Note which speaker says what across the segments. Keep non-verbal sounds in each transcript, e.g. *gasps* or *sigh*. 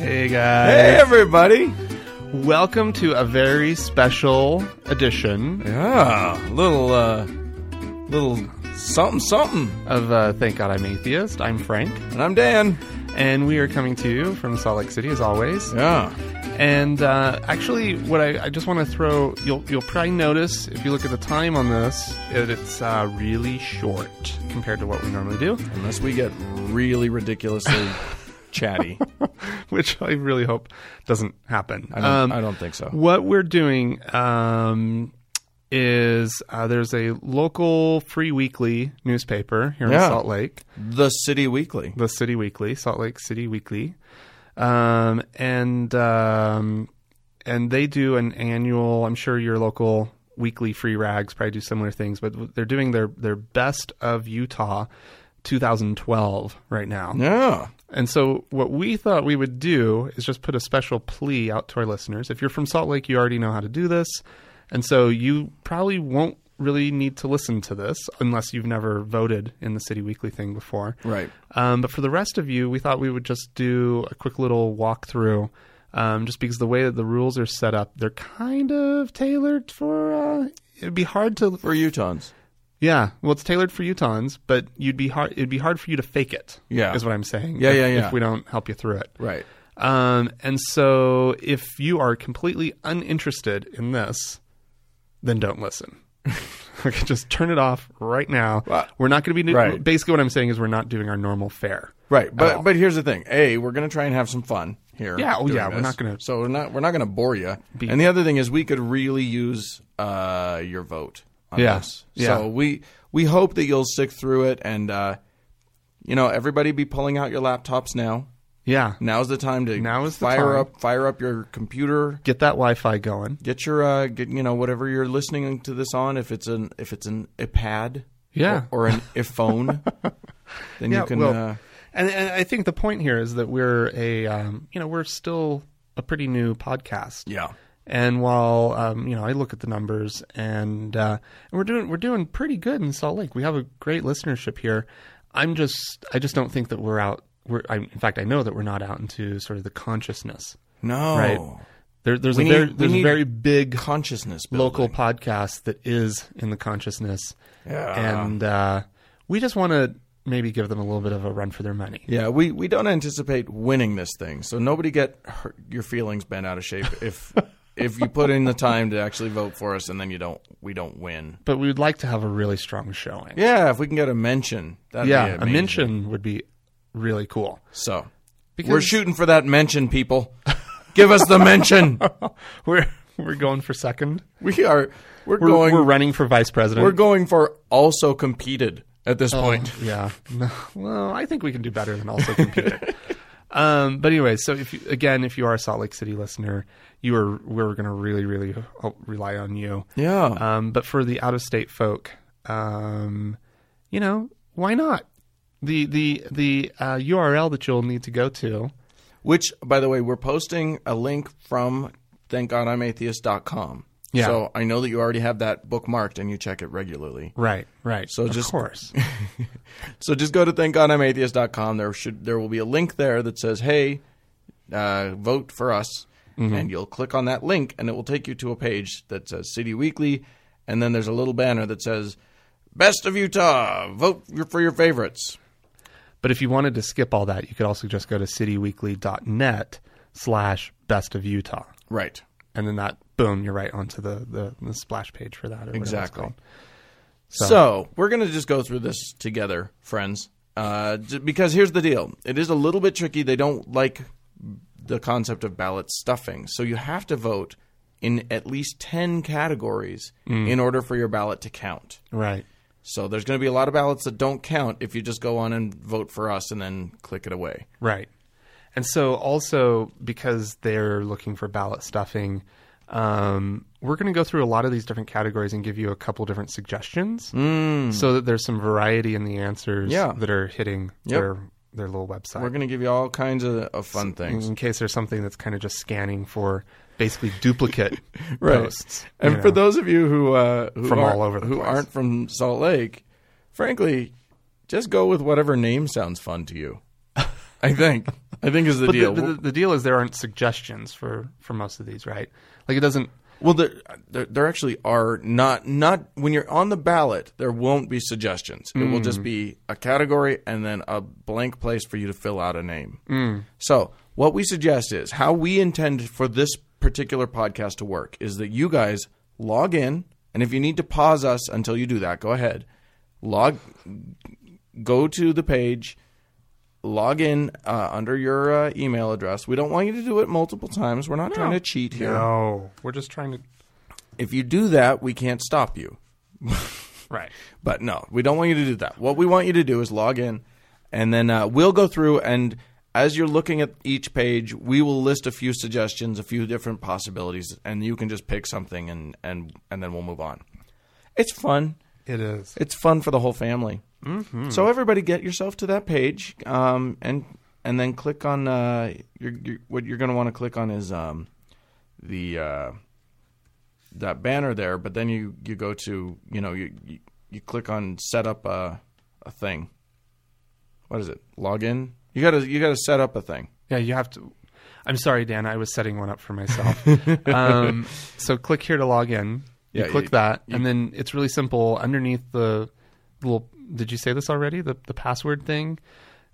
Speaker 1: Hey guys.
Speaker 2: Hey everybody!
Speaker 1: Welcome to a very special edition
Speaker 2: Yeah, little uh, little something something.
Speaker 1: of uh, Thank God I'm Atheist. I'm Frank,
Speaker 2: And I'm Dan.
Speaker 1: and we are coming to you from Salt Lake City as always.
Speaker 2: Yeah,
Speaker 1: And uh, actually, what I, I just want to throw you'll you'll probably notice if you look at the time on this that it's uh, really short compared to what we normally do,
Speaker 2: unless we get really *laughs* ridiculously chatty.
Speaker 1: *laughs* which I really hope doesn't happen. Um,
Speaker 2: I don't, I don't think so.
Speaker 1: What we're doing um, is uh, there's a local free weekly newspaper here
Speaker 2: Yeah.
Speaker 1: in Salt Lake,
Speaker 2: The City Weekly.
Speaker 1: the City Weekly, Salt Lake City Weekly, um, and um, and they do an annual. I'm sure your local weekly free rags probably do similar things, but they're doing their their best of Utah. 2012 right now.
Speaker 2: Yeah,
Speaker 1: And so, what we thought we would do is just put a special plea out to our listeners. If you're from Salt Lake, you already know how to do this. And so, you probably won't really need to listen to this unless you've never voted in the City Weekly thing before.
Speaker 2: right.
Speaker 1: Um, but for the rest of you, we thought we would just do a quick little walkthrough. Um, just because the way that the rules are set up, they're kind of tailored for. Uh, it'd be hard to.
Speaker 2: For Utahns.
Speaker 1: Yeah, well, it's tailored for Utahns, but you'd be hard. It'd be hard for you to fake it.
Speaker 2: Yeah.
Speaker 1: is what I'm saying.
Speaker 2: Yeah,
Speaker 1: if-
Speaker 2: yeah, yeah.
Speaker 1: If we don't help you through it,
Speaker 2: Right.
Speaker 1: um, and so, if you are completely uninterested in this, then don't
Speaker 2: *laughs*
Speaker 1: listen. okay, just turn it off right now.
Speaker 2: Well,
Speaker 1: we're not going to be
Speaker 2: right.
Speaker 1: basically what I'm saying is we're not doing our normal fare.
Speaker 2: Right,
Speaker 1: all.
Speaker 2: but but here's the thing: a, we're gonna try and have some fun here.
Speaker 1: Yeah, oh
Speaker 2: doing
Speaker 1: yeah, we're
Speaker 2: this.
Speaker 1: not gonna-
Speaker 2: So we're not we're not gonna bore you. And the other thing is, we could really use uh, your vote. on
Speaker 1: Yeah,
Speaker 2: this.
Speaker 1: yeah.
Speaker 2: So we we hope that you'll stick through it, and uh, you know, everybody be pulling out your laptops now.
Speaker 1: Yeah,
Speaker 2: Now's the time to
Speaker 1: Now is the
Speaker 2: fire
Speaker 1: time.
Speaker 2: up fire up your computer.
Speaker 1: get that Wi-Fi going.
Speaker 2: Get your uh, get you know whatever you're listening to this on. If it's an if it's an iPad,
Speaker 1: Yeah.
Speaker 2: or, or an
Speaker 1: *laughs*
Speaker 2: iPhone, then you can. uh,
Speaker 1: and, and I think the point here is that we're a um, you know we're still a pretty new podcast.
Speaker 2: yeah,
Speaker 1: And while um, you know, I look at the numbers, and uh, and we're doing we're doing pretty good in Salt Lake. We have a great listenership here. I'm just I just don't think that we're out. We're I, in fact I know that we're not out into sort of the consciousness.
Speaker 2: no,
Speaker 1: Right. There, there's a
Speaker 2: We need-
Speaker 1: very,
Speaker 2: we
Speaker 1: there's a
Speaker 2: need
Speaker 1: very big
Speaker 2: consciousness building.
Speaker 1: local podcast that is in the consciousness,
Speaker 2: Yeah.
Speaker 1: and uh, we just want to maybe give them a little bit of a run for their money.
Speaker 2: Yeah, we, we don't anticipate winning this thing, so nobody get hurt, your feelings bent out of shape
Speaker 1: *laughs*
Speaker 2: if if you put in the time to actually vote for us and then you don't we don't win.
Speaker 1: But we would like to have a really strong showing.
Speaker 2: Yeah, if we can get a mention, that'd
Speaker 1: Yeah,
Speaker 2: be
Speaker 1: a
Speaker 2: amazing.
Speaker 1: mention would be really cool.
Speaker 2: So we're
Speaker 1: Because-
Speaker 2: shooting for that mention, people. Give us the
Speaker 1: *laughs*
Speaker 2: mention.
Speaker 1: We're we're going for second.
Speaker 2: we are
Speaker 1: We're,
Speaker 2: we're, going
Speaker 1: we're
Speaker 2: we're,
Speaker 1: running for vice president.
Speaker 2: going for also competed at this
Speaker 1: Oh.
Speaker 2: point.
Speaker 1: Yeah. No, well, I think we can do better than also competing. *laughs* um, but anyway, so if you, again, if you are a Salt Lake City listener, you are we're going to really, really ho- rely on you.
Speaker 2: Yeah.
Speaker 1: Um, but for the out of state folk, um, you know, why not? The the the uh, URL that you'll need to go to.
Speaker 2: Which, by the way, we're posting a link from thankgodimatheist.com.
Speaker 1: Yeah.
Speaker 2: So I know that you already have that bookmarked and you check it regularly.
Speaker 1: Right. Right.
Speaker 2: So just-
Speaker 1: of course.
Speaker 2: So just go to thankgodimatheist.com. There should there will be a link there that says, "Hey, uh, vote for us," and you'll click on that link, and it will take you to a page that says City Weekly, and then there's a little banner that says "Best of Utah." Vote your- for your favorites.
Speaker 1: But if you wanted to skip all that, you could also just go to cityweekly.net slash best of Utah.
Speaker 2: Right.
Speaker 1: And then that, boom, you're right onto the, the, the splash page for that. Or whatever it's
Speaker 2: Exactly.
Speaker 1: called.
Speaker 2: So, we're going to just go through this together, friends. Uh, j- because here's the deal it is a little bit tricky. They don't like the concept of ballot stuffing. So you have to vote in at least 10 categories in order for your ballot to count.
Speaker 1: Right.
Speaker 2: So there's going to be a lot of ballots that don't count if you just go on and vote for us and then click it away.
Speaker 1: Right. And so also because they're looking for ballot stuffing, um, we're going to go through a lot of these different categories and give you a couple different suggestions so that there's some variety in the answers
Speaker 2: Mm. Yeah.
Speaker 1: that are hitting
Speaker 2: Yep.
Speaker 1: their their little website.
Speaker 2: We're going to give you all kinds of, of fun things.
Speaker 1: in case there's something that's kind of just scanning for basically
Speaker 2: *laughs*
Speaker 1: duplicate posts.
Speaker 2: And
Speaker 1: you
Speaker 2: for
Speaker 1: know.
Speaker 2: those of you who, uh, who
Speaker 1: From
Speaker 2: aren't-
Speaker 1: all over the
Speaker 2: who
Speaker 1: place.
Speaker 2: aren't from Salt Lake, frankly, just go with whatever name sounds fun to you. I think. I think is the
Speaker 1: but
Speaker 2: deal.
Speaker 1: The, the, the deal is there aren't suggestions for, for most of these, right? Like it doesn't
Speaker 2: well, there, there, there actually are not not when you're on the ballot. There won't be suggestions. It will just be a category and then a blank place for you to fill out a name. So what we suggest is how we intend for this particular podcast to work is that you guys log in, and if you need to pause us until you do that, go ahead. Log, go to the page, log in uh, under your uh, email address. We don't want you to do it multiple times. We're not trying to cheat here.
Speaker 1: No. We're just trying to
Speaker 2: If you do that, we can't stop you.
Speaker 1: Right.
Speaker 2: But no, we don't want you to do that. What we want you to do is log in, and then uh, we'll go through and as you're looking at each page, we will list a few suggestions, a few different possibilities, and you can just pick something and and and then we'll move on. It's fun.
Speaker 1: It is.
Speaker 2: It's fun for the whole family. Mm-hmm. So everybody, get yourself to that page, um, and and then click on uh, your, your, what you're going to want to click on is um, the uh, that banner there. But then you, you go to you know you, you you click on set up a a thing. What is it? Login. You gotta you gotta set up a thing.
Speaker 1: Yeah, you have to. I'm sorry, Dan. I was setting one up for myself.
Speaker 2: *laughs*
Speaker 1: um, so click here to log in. You
Speaker 2: Yeah,
Speaker 1: click
Speaker 2: you-
Speaker 1: that, and then it's really simple. Underneath the little, did you say this already? The the password thing.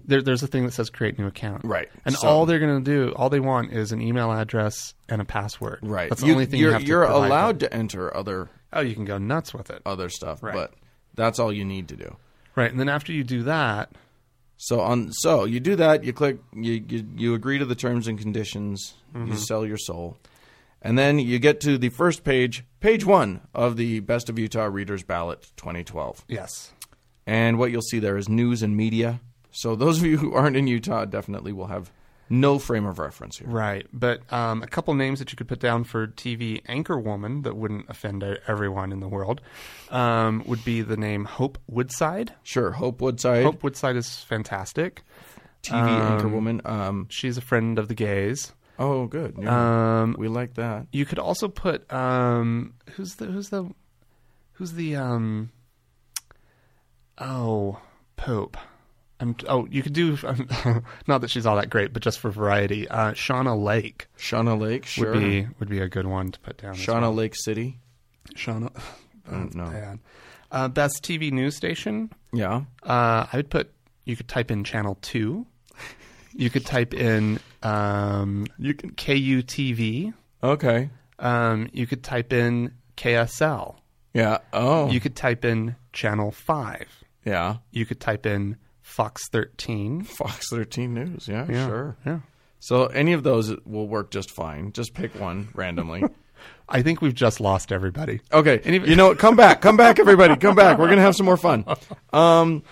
Speaker 1: There, there's a thing that says create new account.
Speaker 2: Right.
Speaker 1: And
Speaker 2: So-
Speaker 1: all they're going to do, all they want is an email address and a password. That's the
Speaker 2: You-
Speaker 1: only thing
Speaker 2: you're
Speaker 1: you have to
Speaker 2: you're
Speaker 1: provide them.
Speaker 2: allowed to enter other
Speaker 1: Oh, you can go nuts with it.
Speaker 2: other stuff,
Speaker 1: Right.
Speaker 2: but that's all you need to do.
Speaker 1: Right. And then after you do that,
Speaker 2: So on so you do that, you click you you, you agree to the terms and conditions,
Speaker 1: Mm-hmm.
Speaker 2: you sell your soul. And then you get to the first page, page 1 of the Best of Utah Readers Ballot 2012.
Speaker 1: yes.
Speaker 2: And what you'll see there is news and media. So those of you who aren't in Utah definitely will have no frame of reference here.
Speaker 1: Right, but um, a couple names that you could put down for TV anchor woman that wouldn't offend e- everyone in the world um, would be the name Hope Woodside.
Speaker 2: Sure, Hope Woodside,
Speaker 1: Hope Woodside is fantastic.
Speaker 2: TV anchorwoman. Um,
Speaker 1: She's a friend of the gays.
Speaker 2: oh, good. Yeah.
Speaker 1: um,
Speaker 2: we like that.
Speaker 1: You could also put um, who's the who's the who's the um, oh Pope. I'm, oh, you could do *laughs* not that she's all that great, but just for variety, uh, Shauna Lake
Speaker 2: Shauna Lake, sure.
Speaker 1: would be would be a good one to put down. as
Speaker 2: Shauna Lake City.
Speaker 1: Shauna. That's
Speaker 2: no.
Speaker 1: bad. Uh, best TV news station.
Speaker 2: Yeah.
Speaker 1: Uh, I would put. You could type in channel two. You could type in um,
Speaker 2: You can
Speaker 1: KUTV.
Speaker 2: Okay.
Speaker 1: Um, you could type in KSL.
Speaker 2: Yeah. Oh.
Speaker 1: You could type in channel five.
Speaker 2: yeah.
Speaker 1: You could type in Fox thirteen.
Speaker 2: Fox 13 News. Yeah,
Speaker 1: Yeah,
Speaker 2: sure.
Speaker 1: Yeah.
Speaker 2: So any of those will work just fine. Just pick one
Speaker 1: *laughs*
Speaker 2: randomly.
Speaker 1: I think we've just lost everybody.
Speaker 2: Okay. you know what? Come back. Come back, everybody. Come back. We're going to have some
Speaker 1: *laughs*
Speaker 2: more fun. Um,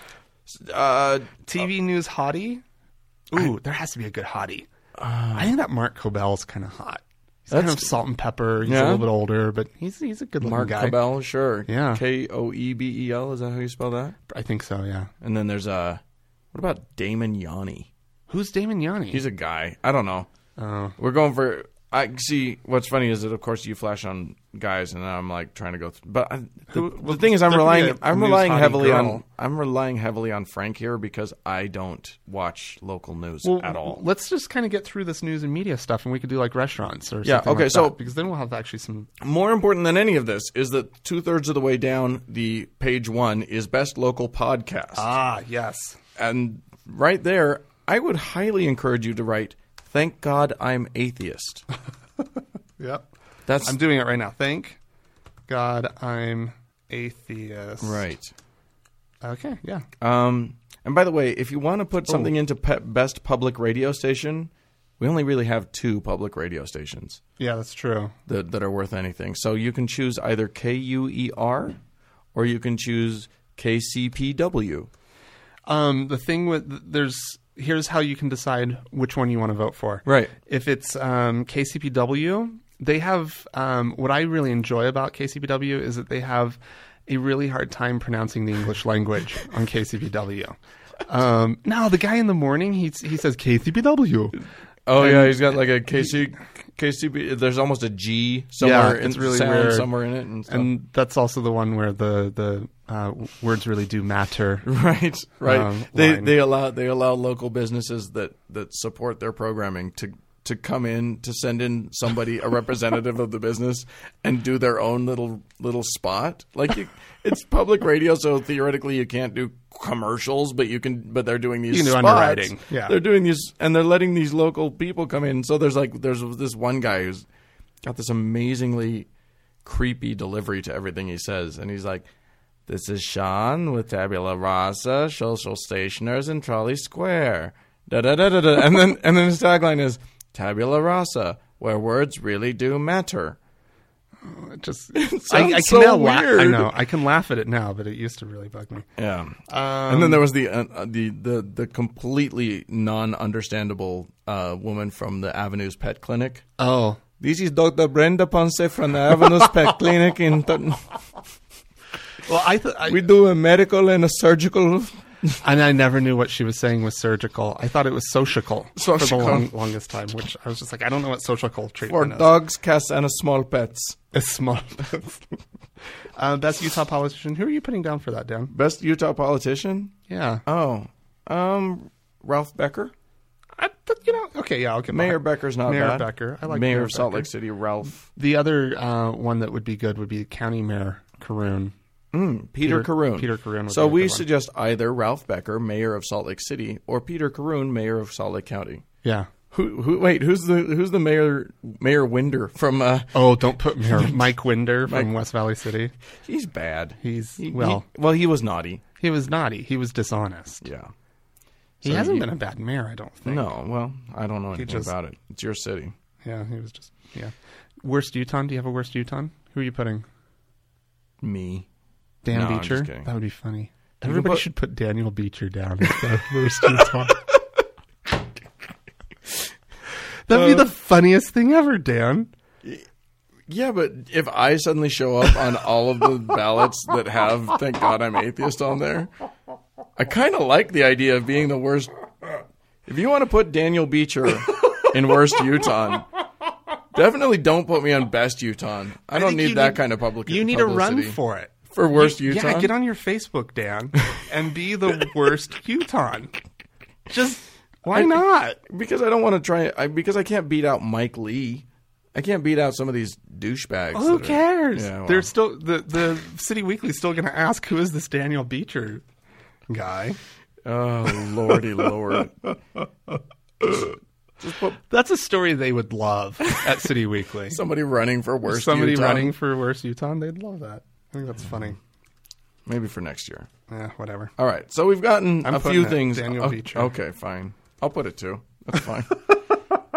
Speaker 2: s- uh,
Speaker 1: TV news hottie. Oh. Ooh, there has to be a good hottie. I think that Mark Cobell's kind of hot. He's kind of
Speaker 2: Uh. That's-
Speaker 1: salt and pepper. He's
Speaker 2: Yeah.
Speaker 1: a little bit older, but he's he's a good looking
Speaker 2: Mark
Speaker 1: guy.
Speaker 2: Cobell, sure.
Speaker 1: Yeah.
Speaker 2: K O E B E L. Is that how you spell that?
Speaker 1: I think so. Yeah.
Speaker 2: And then there's Uh, what about Damon Yanni?
Speaker 1: Who's Damon Yanni?
Speaker 2: He's a guy. I don't know.
Speaker 1: Oh.
Speaker 2: We're going for. I see. What's funny is that, of course, you flash on guys, and I'm like trying to go. Th- but I, the,
Speaker 1: Who-
Speaker 2: the
Speaker 1: well,
Speaker 2: thing is, I'm
Speaker 1: there could be
Speaker 2: relying.
Speaker 1: a
Speaker 2: I'm
Speaker 1: news
Speaker 2: relying
Speaker 1: hottie
Speaker 2: heavily on.
Speaker 1: girl.
Speaker 2: I'm relying heavily on Frank here because I don't watch local news
Speaker 1: Well,
Speaker 2: at all.
Speaker 1: Let's just kind of get through this news and media stuff, and we could do like restaurants or
Speaker 2: Yeah,
Speaker 1: Something
Speaker 2: okay,
Speaker 1: like
Speaker 2: so-
Speaker 1: that, because then we'll have actually some.
Speaker 2: More important than any of this is that two thirds of the way down the page one is best local podcast,
Speaker 1: Ah, yes.
Speaker 2: and right there, I would highly encourage you to write. Thank God I'm atheist.
Speaker 1: *laughs* Yep.
Speaker 2: That's
Speaker 1: I'm doing it right now. Thank God I'm atheist.
Speaker 2: right.
Speaker 1: Okay. Yeah.
Speaker 2: Um, And by the way, if you want to put something into pe- best public radio station, we only really have two public radio stations
Speaker 1: Yeah, that's true.
Speaker 2: that, that are worth anything. So you can choose either KUER or you can choose KCPW.
Speaker 1: Um, the thing with there's here's how you can decide which one you want to vote for.
Speaker 2: Right.
Speaker 1: If it's um, KCPW, they have um, what I really enjoy about KCPW is that they have a really hard time pronouncing the English *laughs* language on KCPW. Um, now the guy in the morning he he says KCPW.
Speaker 2: Oh yeah, he's got like a KC KCP. There's almost a G somewhere.
Speaker 1: Yeah, it's
Speaker 2: in,
Speaker 1: really
Speaker 2: sound
Speaker 1: weird.
Speaker 2: somewhere in it, and, stuff.
Speaker 1: And that's also the one where the the uh, words really do
Speaker 2: *laughs*
Speaker 1: matter.
Speaker 2: right, right.
Speaker 1: Um,
Speaker 2: they
Speaker 1: line.
Speaker 2: they allow they allow local businesses that that support their programming to to come in to send in somebody a representative of the business and do their own little little spot. Like you, it's public radio, so theoretically you can't do commercials, but you can. But they're doing these
Speaker 1: You can do
Speaker 2: spots.
Speaker 1: underwriting, yeah.
Speaker 2: they're doing these, and they're letting these local people come in. So there's like there's this one guy who's got this amazingly creepy delivery to everything he says, and he's like. This is Sean with Tabula Rasa, Social Stationers in Trolley Square. Da da da da da. And then and then his tagline is Tabula Rasa, where words really do matter.
Speaker 1: It just
Speaker 2: sounds
Speaker 1: I, I
Speaker 2: so
Speaker 1: can now laugh. I
Speaker 2: weird.
Speaker 1: know I can laugh at it now, but it used to really bug me.
Speaker 2: Yeah. and then there was the uh, the the the completely non-understandable uh, woman from the Avenues Pet Clinic.
Speaker 1: Oh,
Speaker 2: This is Dr. Brenda Ponce from the Avenues
Speaker 1: *laughs*
Speaker 2: Pet Clinic in. Tot-
Speaker 1: well, I, th- I
Speaker 2: we do a medical and a surgical
Speaker 1: and I never knew what she was saying was surgical. I thought it was sociable for the
Speaker 2: Sociable.
Speaker 1: long, longest time, which I was just like, I don't know what sociable
Speaker 2: for
Speaker 1: treatment is.
Speaker 2: dogs, cats, and small pets.
Speaker 1: It's small. *laughs* uh, best Utah politician. Who are you putting down for that, Dan?
Speaker 2: Best Utah politician?
Speaker 1: Yeah,
Speaker 2: Oh, um, Ralph Becker,
Speaker 1: I, th- you know, okay, yeah, I'll get
Speaker 2: Mayor Becker's not
Speaker 1: Mayor
Speaker 2: bad.
Speaker 1: Becker. I like
Speaker 2: Mayor,
Speaker 1: Mayor
Speaker 2: of Salt
Speaker 1: Becker.
Speaker 2: Lake City, Ralph
Speaker 1: The other uh, one that would be good would be County Mayor Caroon.
Speaker 2: Peter, Caroon.
Speaker 1: Peter Caroon would
Speaker 2: So
Speaker 1: be a
Speaker 2: we
Speaker 1: good one.
Speaker 2: suggest either Ralph Becker, Mayor of Salt Lake City, or Peter Caroon, Mayor of Salt Lake County.
Speaker 1: Yeah.
Speaker 2: Who, who? Wait, who's the who's the mayor? Mayor Winder from? Uh,
Speaker 1: Oh, don't put
Speaker 2: *laughs*
Speaker 1: Mayor Mike Winder from West Valley City.
Speaker 2: he's bad.
Speaker 1: He's-
Speaker 2: He- he-
Speaker 1: well-
Speaker 2: well, he was naughty.
Speaker 1: He was naughty. He was dishonest.
Speaker 2: Yeah.
Speaker 1: He
Speaker 2: So
Speaker 1: hasn't
Speaker 2: you-
Speaker 1: been a bad mayor, I don't think.
Speaker 2: No. Well, I don't know anything
Speaker 1: just-
Speaker 2: about it. It's your city.
Speaker 1: Yeah, he was just yeah. Worst Utah? Do you have a worst Utah? Who are you putting?
Speaker 2: Me.
Speaker 1: Dan
Speaker 2: No, I'm
Speaker 1: Beecher.
Speaker 2: just kidding.
Speaker 1: That would be funny. Everybody
Speaker 2: put-
Speaker 1: should put Daniel Beecher down as
Speaker 2: *laughs*
Speaker 1: the worst Utah. That'd be
Speaker 2: Uh,
Speaker 1: the funniest thing ever, Dan.
Speaker 2: Yeah, but if I suddenly show up on all of the ballots that have "Thank God I'm Atheist" on there, I kind of like the idea of being the worst. If you want to put Daniel Beecher in worst Utah, definitely don't put me on best Utah. I don't
Speaker 1: think
Speaker 2: need
Speaker 1: you
Speaker 2: that kind of public.
Speaker 1: You need
Speaker 2: publicity.
Speaker 1: a run for it.
Speaker 2: for worst Utah.
Speaker 1: Yeah, get on your Facebook, Dan, and be the
Speaker 2: *laughs*
Speaker 1: worst Utah. Just why not?
Speaker 2: because I don't want to try. I, because I can't beat out Mike Lee. I can't beat out some of these douchebags.
Speaker 1: Who
Speaker 2: that are-
Speaker 1: cares?
Speaker 2: Yeah, well.
Speaker 1: They're still the the City Weekly's still going to ask who is this Daniel Beecher guy.
Speaker 2: Oh lordy lord!
Speaker 1: That's a story they would love at City *laughs* Weekly.
Speaker 2: *laughs* Somebody running for worst.
Speaker 1: Somebody
Speaker 2: Utah.
Speaker 1: running for worst Utah, they'd love that. I think that's funny.
Speaker 2: Maybe for next year.
Speaker 1: Yeah, whatever.
Speaker 2: All right, so we've gotten
Speaker 1: I'm
Speaker 2: a
Speaker 1: putting
Speaker 2: few
Speaker 1: it,
Speaker 2: things.
Speaker 1: Daniel
Speaker 2: O-
Speaker 1: Beecher.
Speaker 2: Okay, fine. I'll put it too. That's fine.
Speaker 1: *laughs*
Speaker 2: *laughs*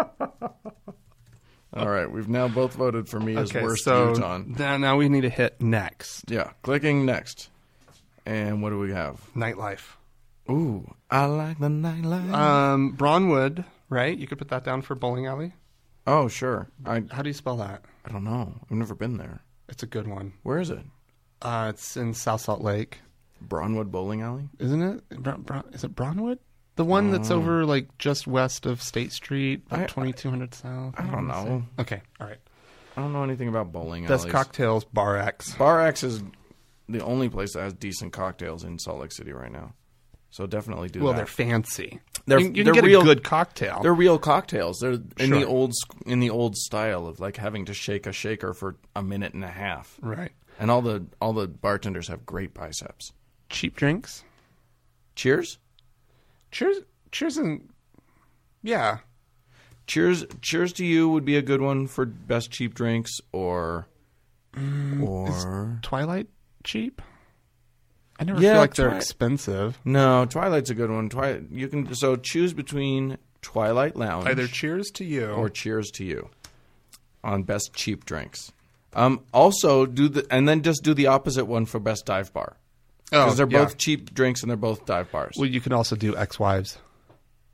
Speaker 2: All right, we've now both voted for me as
Speaker 1: Okay,
Speaker 2: worst
Speaker 1: so
Speaker 2: Utah.
Speaker 1: now, now we need to hit next
Speaker 2: Yeah, clicking next. And what do we have?
Speaker 1: nightlife.
Speaker 2: Ooh, I like the nightlife.
Speaker 1: Um, Bronwood, right? You could put that down for bowling alley.
Speaker 2: oh, sure. I
Speaker 1: How do you spell that?
Speaker 2: I don't know. I've never been there.
Speaker 1: It's a good one.
Speaker 2: Where is it?
Speaker 1: Uh, it's in South Salt Lake,
Speaker 2: Bronwood Bowling Alley.
Speaker 1: isn't it? Bron- Bron- is it Bronwood? The one that's over like just west of State Street,
Speaker 2: Um, I-
Speaker 1: like twenty two hundred south.
Speaker 2: I don't know.
Speaker 1: Okay, all right.
Speaker 2: I don't know anything about bowling
Speaker 1: Best
Speaker 2: alleys.
Speaker 1: cocktails, Bar X.
Speaker 2: Bar X is the only place that has decent cocktails in Salt Lake City right now. So definitely do
Speaker 1: Well,
Speaker 2: that.
Speaker 1: they're fancy.
Speaker 2: They're-
Speaker 1: you, you
Speaker 2: they're
Speaker 1: can get
Speaker 2: real-
Speaker 1: a good cocktail.
Speaker 2: They're real cocktails. They're in the
Speaker 1: Sure.
Speaker 2: old sc- in the old style of like having to shake a shaker for a minute and a half.
Speaker 1: right.
Speaker 2: And all the all the bartenders have great biceps.
Speaker 1: Cheap drinks.
Speaker 2: Cheers.
Speaker 1: Cheers. Cheers and yeah.
Speaker 2: Cheers. Cheers to you would be a good one for best cheap drinks or or
Speaker 1: Twilight cheap. I never
Speaker 2: Yeah,
Speaker 1: feel like they're
Speaker 2: try-
Speaker 1: expensive.
Speaker 2: No, Twilight's a good one. Twilight, you can so choose between Twilight Lounge
Speaker 1: Either cheers to you
Speaker 2: or Cheers to You on best cheap drinks. Um, also do the and then just do the opposite one for best dive bar because they're
Speaker 1: Oh, yeah.
Speaker 2: both cheap drinks and they're both dive bars.
Speaker 1: Well, you can also do ex-wives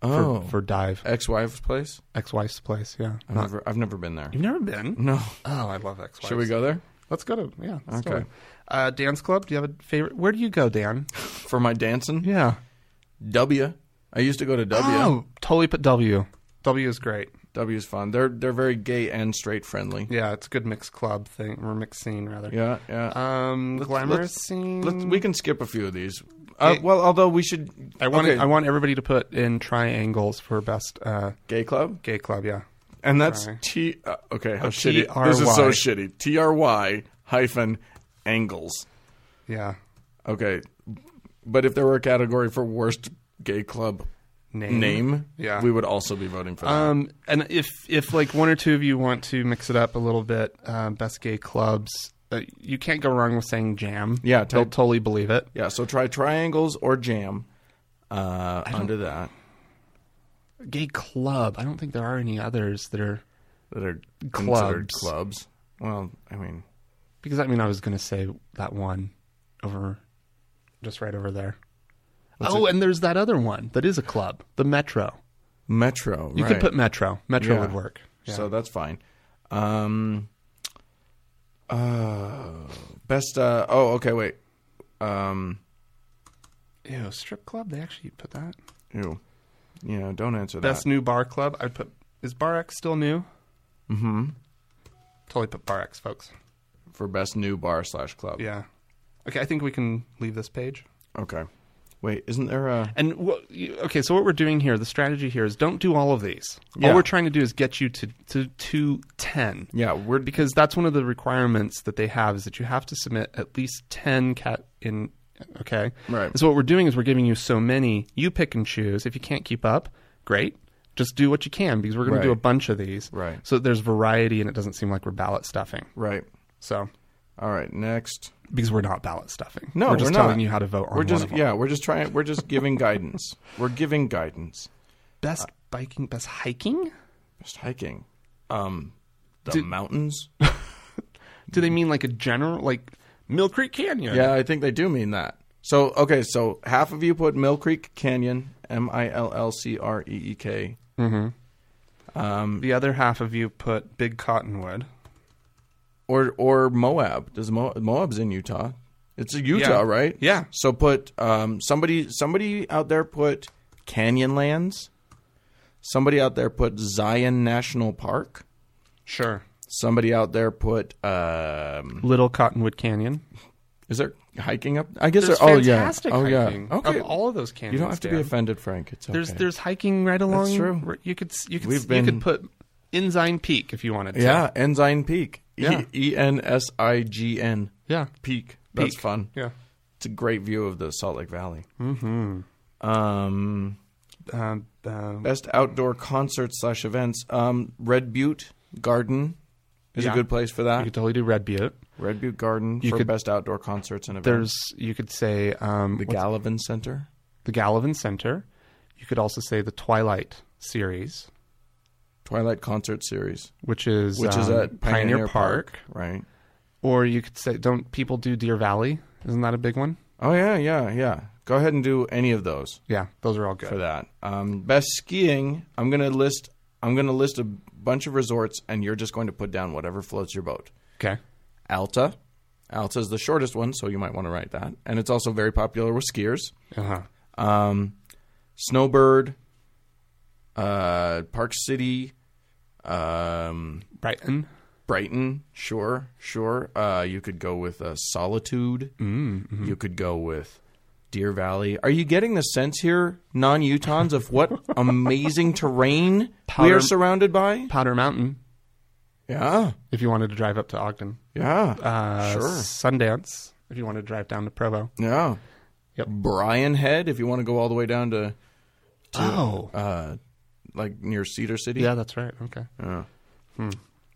Speaker 2: oh,
Speaker 1: for, for dive
Speaker 2: ex-wife's place.
Speaker 1: ex-wife's place. Yeah,
Speaker 2: I've never, I've never been there.
Speaker 1: you've never been.
Speaker 2: No,
Speaker 1: Oh, I love ex-wives.
Speaker 2: should we go there
Speaker 1: Let's go to yeah. let's
Speaker 2: Okay.
Speaker 1: go. Uh, dance club. Do you have a favorite? Where do you go, Dan?
Speaker 2: for my dancing?
Speaker 1: Yeah.
Speaker 2: W. I used to go to W.
Speaker 1: Oh, totally put W. W is great.
Speaker 2: W is fun. They're they're very gay and straight friendly.
Speaker 1: Yeah, it's a good mixed club thing or mixed scene rather.
Speaker 2: Yeah, yeah.
Speaker 1: Um, glamorous scene.
Speaker 2: Let's, we can skip a few of these. Uh,
Speaker 1: Hey.
Speaker 2: well, although we should.
Speaker 1: I want
Speaker 2: okay,
Speaker 1: I want everybody to put in triangles for best uh,
Speaker 2: gay club,
Speaker 1: gay club. Yeah.
Speaker 2: and that's
Speaker 1: Sorry.
Speaker 2: T. Uh, okay, how
Speaker 1: Oh,
Speaker 2: shitty. This is
Speaker 1: TRY.
Speaker 2: so shitty. T R Y hyphen angles.
Speaker 1: Yeah.
Speaker 2: Okay, but if there were a category for worst gay club
Speaker 1: Name. Yeah.
Speaker 2: we would also be voting for that.
Speaker 1: Um, and if if like one or two of you want to mix it up a little bit, um, best gay clubs. Uh, you can't go wrong with saying jam.
Speaker 2: Yeah,
Speaker 1: they'll
Speaker 2: type-
Speaker 1: totally believe it.
Speaker 2: yeah, so try triangles or jam. Uh, under that,
Speaker 1: Gay club. I don't think there are any others that are
Speaker 2: that are considered
Speaker 1: Clubs.
Speaker 2: clubs. Well, I mean,
Speaker 1: because I mean I was going to say that one over just right over there. oh, and there's that other one that is a club, the Metro.
Speaker 2: Metro.
Speaker 1: You could
Speaker 2: right.
Speaker 1: put Metro. Metro
Speaker 2: Yeah.
Speaker 1: would work.
Speaker 2: So that's fine. Um, uh, best. Uh, oh, okay. Wait. Um,
Speaker 1: Ew, strip club. They actually put that.
Speaker 2: ew. You know, don't answer that.
Speaker 1: Best new bar club. I'd put. Is Bar X still new? Mm-hmm. Totally put Bar X, folks.
Speaker 2: for best new bar slash club.
Speaker 1: Yeah. Okay, I think we can leave this page.
Speaker 2: Okay. Wait, isn't there a?
Speaker 1: And wha- you- okay, so what we're doing here, the strategy here is don't do all of these.
Speaker 2: Yeah.
Speaker 1: All we're trying to do is get you to to to ten.
Speaker 2: Yeah, we're
Speaker 1: because that's one of the requirements that they have is that you have to submit at least 10 cat in okay
Speaker 2: Right.
Speaker 1: And so what we're doing is we're giving you so many you pick and choose if you can't keep up great just do what you can because we're going to do
Speaker 2: Right.
Speaker 1: a bunch of these
Speaker 2: Right.
Speaker 1: so that there's variety and it doesn't seem like we're ballot stuffing
Speaker 2: right.
Speaker 1: so
Speaker 2: All right. Next.
Speaker 1: because we're not ballot stuffing
Speaker 2: No,
Speaker 1: we're just
Speaker 2: not.
Speaker 1: telling you how to vote on
Speaker 2: We're just
Speaker 1: one of them.
Speaker 2: yeah. We're just trying. We're just giving guidance. We're giving guidance.
Speaker 1: best biking best hiking
Speaker 2: Best hiking. Um, the *laughs* mountains.
Speaker 1: do they mean like a general like mill creek canyon
Speaker 2: Yeah, I think they do mean that. So okay, so half of you put Mill Creek Canyon, M I L L C R E E K.
Speaker 1: the other half of you put big cottonwood
Speaker 2: or or Moab. Does Mo- Moab's in Utah? It's a Utah,
Speaker 1: Yeah.
Speaker 2: right?
Speaker 1: Yeah.
Speaker 2: So put um, somebody somebody out there put Canyonlands. Somebody out there put Zion National Park.
Speaker 1: sure
Speaker 2: Somebody out there put um,
Speaker 1: little cottonwood canyon
Speaker 2: is there hiking up? I guess
Speaker 1: There's
Speaker 2: there. Oh yeah.
Speaker 1: fantastic
Speaker 2: Oh yeah.
Speaker 1: hiking
Speaker 2: Okay.
Speaker 1: of all of those canyons.
Speaker 2: you don't have to be
Speaker 1: Dan.
Speaker 2: offended, Frank. It's okay.
Speaker 1: There's there's hiking right along.
Speaker 2: true.
Speaker 1: where You could s- you could
Speaker 2: We've
Speaker 1: s- you
Speaker 2: been-
Speaker 1: could put Enzyme Peak if you wanted to.
Speaker 2: yeah Ensign Peak.
Speaker 1: Yeah.
Speaker 2: E N S I G N.
Speaker 1: yeah,
Speaker 2: Peak. That's
Speaker 1: Peak.
Speaker 2: fun.
Speaker 1: yeah.
Speaker 2: It's a great view of the Salt Lake Valley. Mm-hmm. Um,
Speaker 1: Um, um,
Speaker 2: best outdoor concerts slash events. Um, Red Butte Garden is a
Speaker 1: Yeah.
Speaker 2: good place for
Speaker 1: you
Speaker 2: that.
Speaker 1: could totally do Red Butte.
Speaker 2: Red Butte Garden
Speaker 1: You
Speaker 2: for
Speaker 1: could-
Speaker 2: best outdoor concerts and events.
Speaker 1: There's you could say um,
Speaker 2: the
Speaker 1: what's-
Speaker 2: Gallivan Center.
Speaker 1: the Gallivan Center. You could also say the Twilight series,
Speaker 2: Twilight concert series,
Speaker 1: which is
Speaker 2: which is
Speaker 1: um,
Speaker 2: at Pioneer, Park. right?
Speaker 1: Or you could say, don't people do Deer Valley? Isn't that a big one?
Speaker 2: Oh yeah, yeah, yeah. Go ahead and do any of those
Speaker 1: Yeah, those are all good.
Speaker 2: for that. Um, best skiing. I'm gonna list. I'm gonna list a bunch of resorts, and you're just going to put down whatever floats your boat.
Speaker 1: Okay.
Speaker 2: Alta. Alta is the shortest one, so you might want to write that. And it's also very popular with skiers.
Speaker 1: Uh huh.
Speaker 2: Um, Snowbird, uh, Park City, um,
Speaker 1: Brighton.
Speaker 2: Brighton, sure, sure. Uh, you could go with uh, Solitude.
Speaker 1: Mm, mm-hmm.
Speaker 2: You could go with Deer Valley. Are you getting the sense here, non Utahns, of
Speaker 1: *laughs*
Speaker 2: what amazing terrain we
Speaker 1: Powder-
Speaker 2: are surrounded by?
Speaker 1: Powder Mountain.
Speaker 2: Yeah,
Speaker 1: If you wanted to drive up to Ogden.
Speaker 2: yeah,
Speaker 1: Uh,
Speaker 2: sure.
Speaker 1: Sundance. If you want to drive down to Provo.
Speaker 2: Yeah.
Speaker 1: Yep.
Speaker 2: Brian Head, if you want to go all the way down to,
Speaker 1: Oh,
Speaker 2: uh, like near Cedar City.
Speaker 1: yeah, that's right. Okay. Hmm.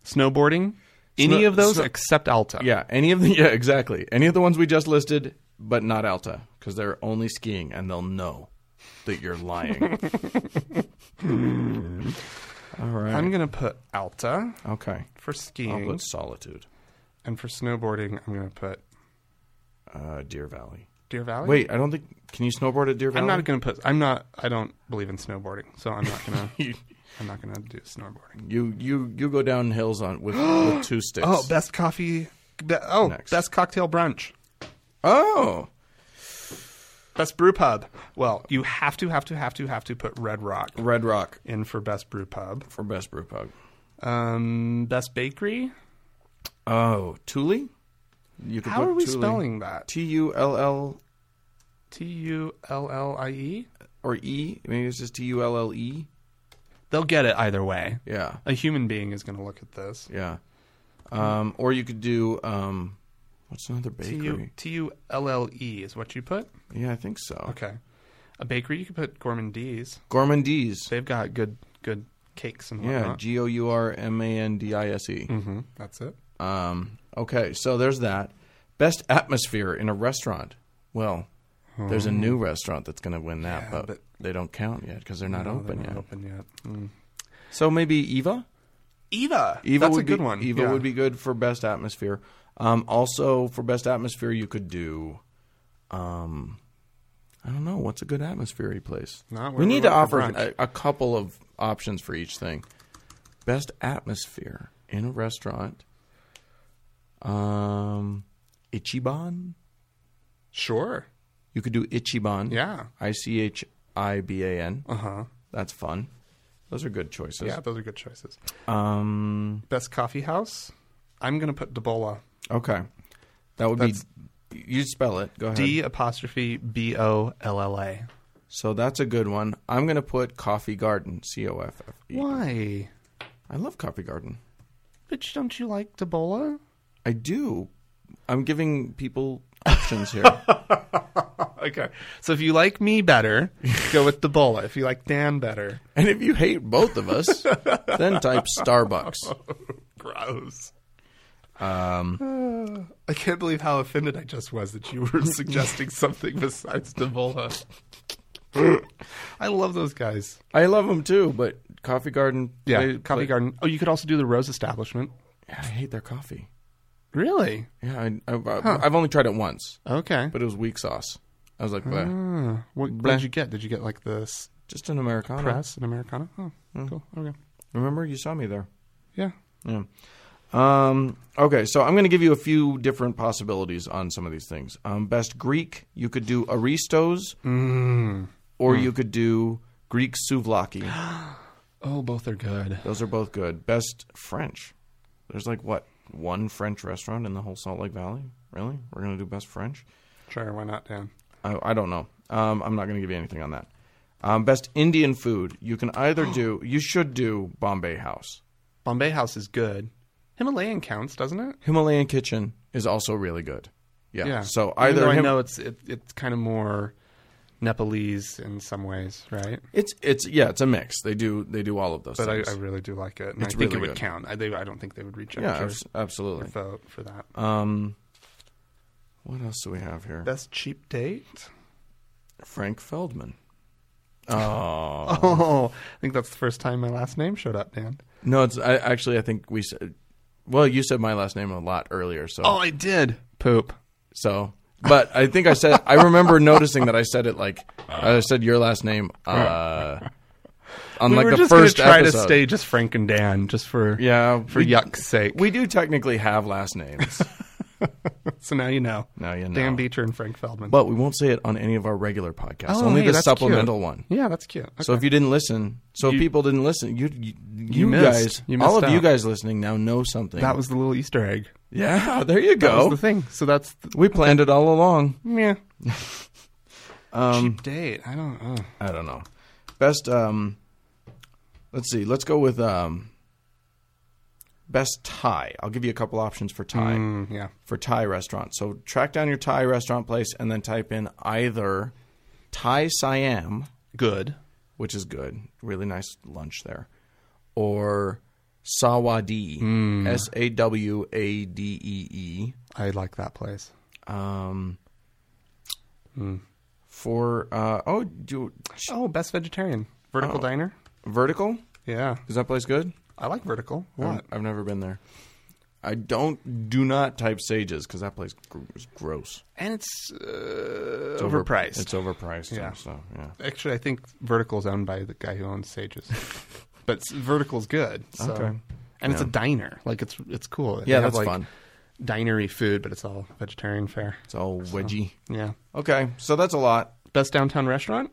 Speaker 1: Snowboarding. Any
Speaker 2: Snow-
Speaker 1: of those
Speaker 2: snow-
Speaker 1: except Alta.
Speaker 2: *laughs* Yeah. Any of the, yeah, exactly. Any of the ones we just listed, but not Alta because they're only skiing and they'll know that
Speaker 1: *laughs*
Speaker 2: you're lying. All right.
Speaker 1: I'm going to put Alta
Speaker 2: okay.
Speaker 1: for
Speaker 2: I'll
Speaker 1: skiing.
Speaker 2: put Solitude,
Speaker 1: And for snowboarding, I'm going to put
Speaker 2: uh, Deer Valley.
Speaker 1: Deer Valley.
Speaker 2: Wait, I don't think. Can you snowboard at Deer Valley?
Speaker 1: I'm not going to put. I'm not. I don't believe in snowboarding, so I'm not going to.
Speaker 2: *laughs* You,
Speaker 1: I'm not going to do snowboarding.
Speaker 2: you you you go down hills on
Speaker 1: *gasps*
Speaker 2: with, with two sticks.
Speaker 1: Oh, best coffee. Be, oh,
Speaker 2: Next.
Speaker 1: best cocktail brunch.
Speaker 2: oh,
Speaker 1: Best brew pub. Well, you have to, have to, have to, have to put Red Rock
Speaker 2: Red Rock
Speaker 1: in for best brew pub.
Speaker 2: for best brew pub.
Speaker 1: Um, best bakery.
Speaker 2: Oh, Thule. You could
Speaker 1: How
Speaker 2: put
Speaker 1: are we
Speaker 2: Thule.
Speaker 1: spelling that?
Speaker 2: T U L L
Speaker 1: T U L L I E.
Speaker 2: or E? Maybe it's just T U L L E.
Speaker 1: They'll get it either way.
Speaker 2: Yeah,
Speaker 1: A human being is going to look at this.
Speaker 2: yeah. Um, or you could do um, what's another
Speaker 1: T
Speaker 2: bakery?
Speaker 1: U T U L L E is what you put.
Speaker 2: Yeah, I think so.
Speaker 1: Okay. A bakery, you could put Gourmandise.
Speaker 2: Gourmandise.
Speaker 1: They've got good, good cakes and
Speaker 2: Yeah,
Speaker 1: whatnot.
Speaker 2: G O U R M A N D I S E.
Speaker 1: hmm That's it.
Speaker 2: Um, okay, so there's that. Best atmosphere in a restaurant. Well, there's a new restaurant that's going to win that, but,
Speaker 1: Hmm. but-
Speaker 2: they don't count yet because they're not
Speaker 1: No,
Speaker 2: open
Speaker 1: they're not
Speaker 2: yet.
Speaker 1: Open yet. Mm.
Speaker 2: So maybe Eva.
Speaker 1: Eva.
Speaker 2: Eva
Speaker 1: That's
Speaker 2: would
Speaker 1: a good
Speaker 2: be,
Speaker 1: one.
Speaker 2: Eva
Speaker 1: Yeah.
Speaker 2: would be good for best atmosphere. Um, also for best atmosphere, you could do. Um, I don't know what's a good atmosphere place.
Speaker 1: Not where
Speaker 2: we
Speaker 1: we
Speaker 2: need to
Speaker 1: went for
Speaker 2: offer
Speaker 1: brunch.
Speaker 2: a, a couple of options for each thing. Best atmosphere in a restaurant. Um, Ichiban.
Speaker 1: Sure.
Speaker 2: You could do Ichiban.
Speaker 1: Yeah.
Speaker 2: I C H I B A N.
Speaker 1: Uh huh.
Speaker 2: That's fun. Those are good choices.
Speaker 1: Yeah, those are good choices.
Speaker 2: Um.
Speaker 1: Best coffee house. I'm going to put Debola.
Speaker 2: Okay. That would
Speaker 1: That's-
Speaker 2: be. You spell it. Go ahead.
Speaker 1: D apostrophe B O L L A.
Speaker 2: so that's a good one. I'm going to put Coffee Garden. C O F F E.
Speaker 1: Why?
Speaker 2: I love Coffee Garden.
Speaker 1: Bitch, don't you like Debola?
Speaker 2: I do. I'm giving people options
Speaker 1: *laughs*
Speaker 2: here.
Speaker 1: Okay. So if you like me better, go with Debola. If you like Dan better,
Speaker 2: and if you hate both of us, then type Starbucks.
Speaker 1: gross.
Speaker 2: Um,
Speaker 1: Uh, I can't believe how offended I just was that you were *laughs* suggesting something besides Debola. I love those guys.
Speaker 2: I love them too, but Coffee Garden.
Speaker 1: Yeah,
Speaker 2: they-
Speaker 1: Coffee
Speaker 2: but-
Speaker 1: Garden. Oh, you could also do the Rose Establishment.
Speaker 2: Yeah, I hate their coffee.
Speaker 1: Really?
Speaker 2: Yeah, I, I, I, I've only tried it once,
Speaker 1: Okay.
Speaker 2: but it was weak sauce. I was like, "Bleh."
Speaker 1: Ah, what, what did you get? Did you get like this
Speaker 2: just an Americano.
Speaker 1: press in Americana? Oh, cool. Okay.
Speaker 2: Remember, you saw me there.
Speaker 1: Yeah.
Speaker 2: Yeah. Um, okay, so I'm going to give you a few different possibilities on some of these things. Um, best Greek, you could do Aristos,
Speaker 1: Mm-hmm.
Speaker 2: or
Speaker 1: Mm.
Speaker 2: you could do Greek souvlaki.
Speaker 1: Oh, both are good.
Speaker 2: Those are both good. Best French, there's like what one French restaurant in the whole Salt Lake Valley? Really? We're going to do best French?
Speaker 1: Sure. Why not, Dan?
Speaker 2: I, I don't know. Um, I'm not going to give you anything on that. Um, best Indian food, you can
Speaker 1: *gasps*
Speaker 2: either do. You should do Bombay House.
Speaker 1: Bombay House is good. Himalayan counts, doesn't it?
Speaker 2: Himalayan Kitchen is also really good. Yeah.
Speaker 1: Yeah.
Speaker 2: So
Speaker 1: Even
Speaker 2: either
Speaker 1: though I
Speaker 2: Him-
Speaker 1: know it's it, it's kind of more Nepalese in some ways, right?
Speaker 2: it's it's yeah, it's a mix. They do they do all of those
Speaker 1: But I,
Speaker 2: things.
Speaker 1: I really do like it, and
Speaker 2: It's
Speaker 1: I think
Speaker 2: really
Speaker 1: it would
Speaker 2: good.
Speaker 1: count. I, they, I don't think they would reach out
Speaker 2: yeah,
Speaker 1: to
Speaker 2: abs- absolutely.
Speaker 1: vote for that.
Speaker 2: Um, what else do we have here?
Speaker 1: Best cheap date?
Speaker 2: Frank Feldman. Oh
Speaker 1: Oh, *laughs* I think that's the first time my last name showed up, Dan.
Speaker 2: no, it's I, actually I think we said. Well, you said my last name a lot earlier, so
Speaker 1: Oh, I did. Poop.
Speaker 2: so. But I think I said I remember noticing that I said it like I said your last name uh, on
Speaker 1: we
Speaker 2: like
Speaker 1: were
Speaker 2: the
Speaker 1: just
Speaker 2: first
Speaker 1: gonna try
Speaker 2: episode.
Speaker 1: to stay just Frank and Dan, just for
Speaker 2: yeah,
Speaker 1: for
Speaker 2: we-
Speaker 1: yuck's sake.
Speaker 2: We do technically have
Speaker 1: *laughs*
Speaker 2: last names.
Speaker 1: so now you know.
Speaker 2: Now you know.
Speaker 1: Dan Beecher and Frank Feldman.
Speaker 2: but we won't say it on any of our regular podcasts.
Speaker 1: Oh,
Speaker 2: only
Speaker 1: hey,
Speaker 2: the
Speaker 1: that's
Speaker 2: supplemental
Speaker 1: cute.
Speaker 2: one.
Speaker 1: yeah, that's cute.
Speaker 2: So if you didn't listen, so
Speaker 1: You-
Speaker 2: if people didn't listen, you you, you
Speaker 1: missed.
Speaker 2: guys,
Speaker 1: You
Speaker 2: all
Speaker 1: missed
Speaker 2: of you
Speaker 1: out.
Speaker 2: guys listening now know something.
Speaker 1: that was the little Easter egg.
Speaker 2: *laughs* yeah, there you
Speaker 1: That was
Speaker 2: go.
Speaker 1: the thing. So that's the,
Speaker 2: We planned it all along.
Speaker 1: yeah.
Speaker 2: *laughs* Um,
Speaker 1: Cheap date. I don't. Uh.
Speaker 2: I don't know. Best um, let's see. Let's go with um, best Thai. I'll give you a couple options for Thai
Speaker 1: Mm, yeah.
Speaker 2: for Thai restaurant. So track down your Thai restaurant place and then type in either Thai Siam.
Speaker 1: Good.
Speaker 2: which is good. Really nice lunch there. Or Sawadi,
Speaker 1: Mm.
Speaker 2: S A W A D E E.
Speaker 1: I like that place.
Speaker 2: Um, for uh, oh, do sh-
Speaker 1: Oh, best vegetarian. Vertical
Speaker 2: Oh.
Speaker 1: diner.
Speaker 2: vertical?
Speaker 1: Yeah,
Speaker 2: Is that place good?
Speaker 1: I like vertical. a
Speaker 2: I've-
Speaker 1: lot.
Speaker 2: I've never been there. I don't do not type sages because that place gr- is gross.
Speaker 1: and it's, uh,
Speaker 2: It's over-
Speaker 1: overpriced.
Speaker 2: it's overpriced. Yeah.
Speaker 1: Yeah.
Speaker 2: So yeah.
Speaker 1: Actually, I think Vertical's owned by the guy who owns Sages,
Speaker 2: *laughs*
Speaker 1: but s- Vertical's good. So.
Speaker 2: Okay.
Speaker 1: And it's a
Speaker 2: Yeah.
Speaker 1: diner. Like it's it's cool. They
Speaker 2: Yeah,
Speaker 1: have,
Speaker 2: that's
Speaker 1: like,
Speaker 2: fun.
Speaker 1: Dinery food, but it's all vegetarian fare.
Speaker 2: It's all wedgy.
Speaker 1: Yeah.
Speaker 2: Okay, so that's a lot.
Speaker 1: Best downtown restaurant.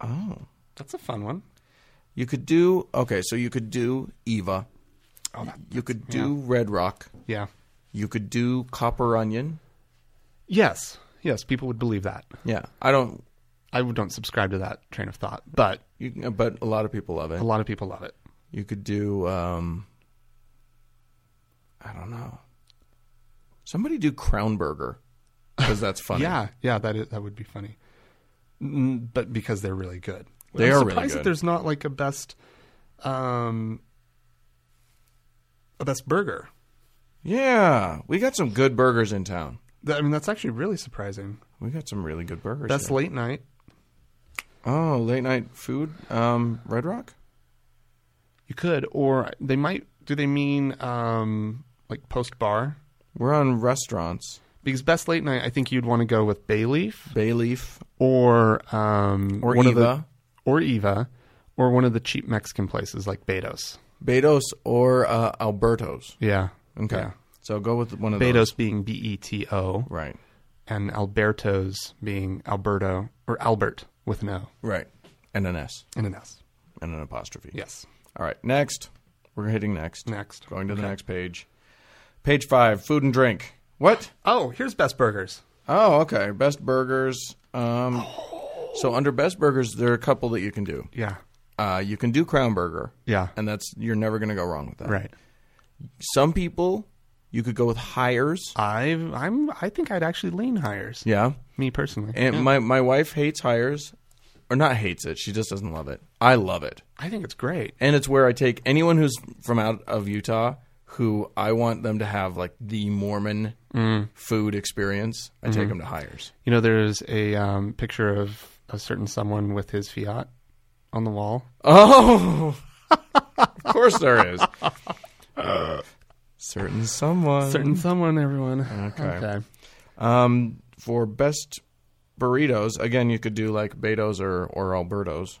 Speaker 2: Oh,
Speaker 1: That's a fun one.
Speaker 2: you could do okay. So you could do Eva.
Speaker 1: Oh, that-
Speaker 2: You could do Red Rock.
Speaker 1: Yeah.
Speaker 2: You could do Copper Onion.
Speaker 1: Yes. Yes. People would believe that.
Speaker 2: Yeah, I don't.
Speaker 1: I don't subscribe to that train of thought, but
Speaker 2: You, can- but a lot of people love it.
Speaker 1: a lot of people love it.
Speaker 2: You could do. um I don't know. Somebody do Crown Burger because that's funny.
Speaker 1: Yeah. Yeah. That is, that would be funny. Mm, but because they're really good,
Speaker 2: They
Speaker 1: I'm
Speaker 2: are really
Speaker 1: surprised that
Speaker 2: good.
Speaker 1: there's not like a best, um, a best burger.
Speaker 2: yeah. We got some good burgers in town.
Speaker 1: That, I mean, that's actually really surprising.
Speaker 2: We got some really good burgers.
Speaker 1: Best
Speaker 2: here.
Speaker 1: late night.
Speaker 2: oh, late night food. Um, Red Rock.
Speaker 1: You could, or they might. Do they mean um, like post bar?
Speaker 2: We're on restaurants.
Speaker 1: Because best late night, I think you'd want to go with Bay Leaf
Speaker 2: Bay Leaf
Speaker 1: or um,
Speaker 2: Or
Speaker 1: one of the,
Speaker 2: Eva.
Speaker 1: or Eva, or one of the cheap Mexican places like Betos.
Speaker 2: Betos or uh, Albertos.
Speaker 1: Yeah.
Speaker 2: Okay.
Speaker 1: Yeah.
Speaker 2: So go with one of those.
Speaker 1: Betos being B E T O,
Speaker 2: Right.
Speaker 1: and Alberto's being Alberto or Albert with an O
Speaker 2: Right. And an S
Speaker 1: and an S.
Speaker 2: and an apostrophe.
Speaker 1: Yes.
Speaker 2: All right. Next. We're hitting next.
Speaker 1: Next.
Speaker 2: Going to the next page. Page five food and drink. What?
Speaker 1: Oh, here's best burgers.
Speaker 2: Oh, okay. Best burgers. Um, So under best burgers, there are a couple that you can do.
Speaker 1: Yeah.
Speaker 2: Uh, you can do Crown Burger.
Speaker 1: Yeah.
Speaker 2: And that's, you're never going to go wrong with that.
Speaker 1: Right.
Speaker 2: Some people, you could go with hires.
Speaker 1: I I'm I think I'd actually lean hires.
Speaker 2: Yeah.
Speaker 1: Me personally.
Speaker 2: And my, my wife hates hires, or not hates it. She just doesn't love it. I love it.
Speaker 1: I think it's great.
Speaker 2: and it's where I take anyone who's from out of Utah who I want them to have like the Mormon food experience. I take them to Hires.
Speaker 1: You know, there's a um, picture of a certain someone with his Fiat on the wall.
Speaker 2: Oh, of course there is. Uh, certain someone.
Speaker 1: Certain someone, everyone. Okay.
Speaker 2: Um, for best burritos, again, you could do like Beto's or or Alberto's.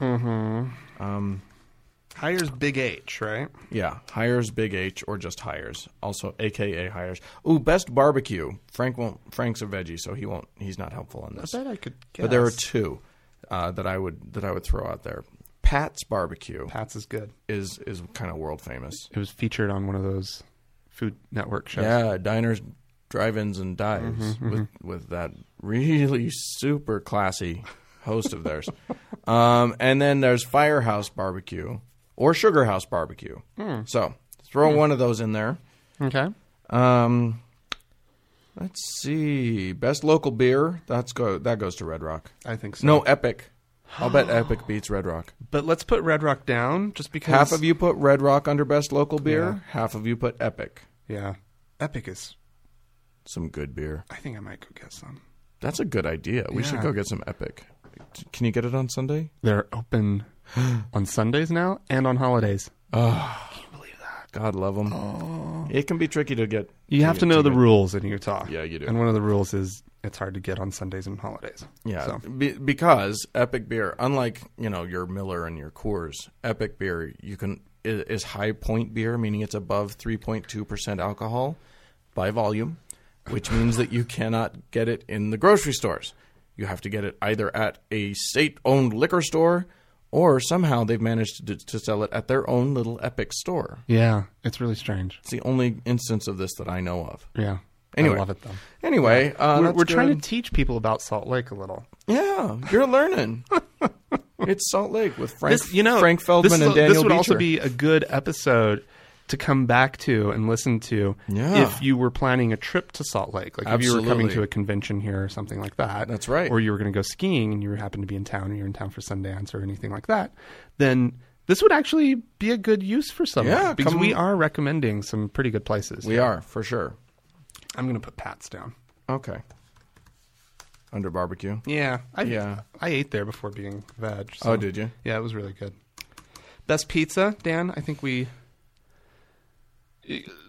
Speaker 1: Hires Big H, right?
Speaker 2: Yeah, Hires Big H or just Hires, also AKA Hires. Ooh, best barbecue. Frank won't. Frank's a veggie, so he won't. He's not helpful on this.
Speaker 1: I bet I could guess.
Speaker 2: But there are two uh, that I would that I would throw out there. Pat's Barbecue
Speaker 1: Pat's is good.
Speaker 2: is is kind of world famous.
Speaker 1: It was featured on one of those Food Network shows.
Speaker 2: Yeah, diners, drive-ins, and dives with with that really super classy host of theirs. *laughs* um, and then there's Firehouse Barbecue or Sugar House Barbecue. So throw one of those in there.
Speaker 1: Okay.
Speaker 2: Um, let's see, best local beer. That's go that goes to Red Rock.
Speaker 1: I think so.
Speaker 2: No, Epic. I'll bet Epic beats Red Rock.
Speaker 1: but let's put Red Rock down just because.
Speaker 2: Half of you put Red Rock under best local beer. Half of you put Epic.
Speaker 1: Yeah. Epic is.
Speaker 2: Some good beer.
Speaker 1: I think I might go get some.
Speaker 2: That's a good idea. We should
Speaker 1: Yeah.
Speaker 2: go get some Epic. D- Can you get it on Sunday?
Speaker 1: They're *gasps* open on Sundays now and on holidays.
Speaker 2: God love them. It can be tricky to get.
Speaker 1: You have to
Speaker 2: get-
Speaker 1: know the
Speaker 2: get-
Speaker 1: rules in Utah.
Speaker 2: Yeah, you do.
Speaker 1: And one of the rules is it's hard to get on Sundays and holidays.
Speaker 2: Yeah,
Speaker 1: So,
Speaker 2: be- because Epic beer, unlike you know your Miller and your Coors, Epic beer you can i- is high point beer, meaning it's above three point two percent alcohol by volume, which means that you cannot get it in the grocery stores. You have to get it either at a state-owned liquor store, or somehow they've managed to, d- to sell it at their own little Epic store.
Speaker 1: yeah, it's really strange.
Speaker 2: It's the only instance of this that I know of.
Speaker 1: Yeah.
Speaker 2: Anyway,
Speaker 1: I love it, though.
Speaker 2: Anyway, uh,
Speaker 1: we're
Speaker 2: that's
Speaker 1: we're trying
Speaker 2: good.
Speaker 1: to teach people about Salt Lake a little.
Speaker 2: Yeah,
Speaker 1: *laughs*
Speaker 2: you're learning. it's Salt Lake with Frank,
Speaker 1: This, you know,
Speaker 2: Frank
Speaker 1: this,
Speaker 2: Feldman
Speaker 1: is-
Speaker 2: and Daniel
Speaker 1: this would also
Speaker 2: Beecher.
Speaker 1: be a good episode to come back to and listen to
Speaker 2: Yeah.
Speaker 1: if you were planning a trip to Salt Lake, like if you were coming
Speaker 2: Absolutely.
Speaker 1: to a convention here or something like that.
Speaker 2: That's right.
Speaker 1: Or you were going to go skiing and you happened to be in town and you're in town for Sundance or anything like that. Then this would actually be a good use for someone
Speaker 2: Yeah,
Speaker 1: because
Speaker 2: come-
Speaker 1: we are recommending some pretty good places.
Speaker 2: We are for sure.
Speaker 1: I'm going to put Pat's down.
Speaker 2: Okay. under barbecue.
Speaker 1: Yeah, I,
Speaker 2: Yeah.
Speaker 1: I ate there before being veg.
Speaker 2: Oh, did you?
Speaker 1: Yeah, it was really good. Best pizza, Dan. I think we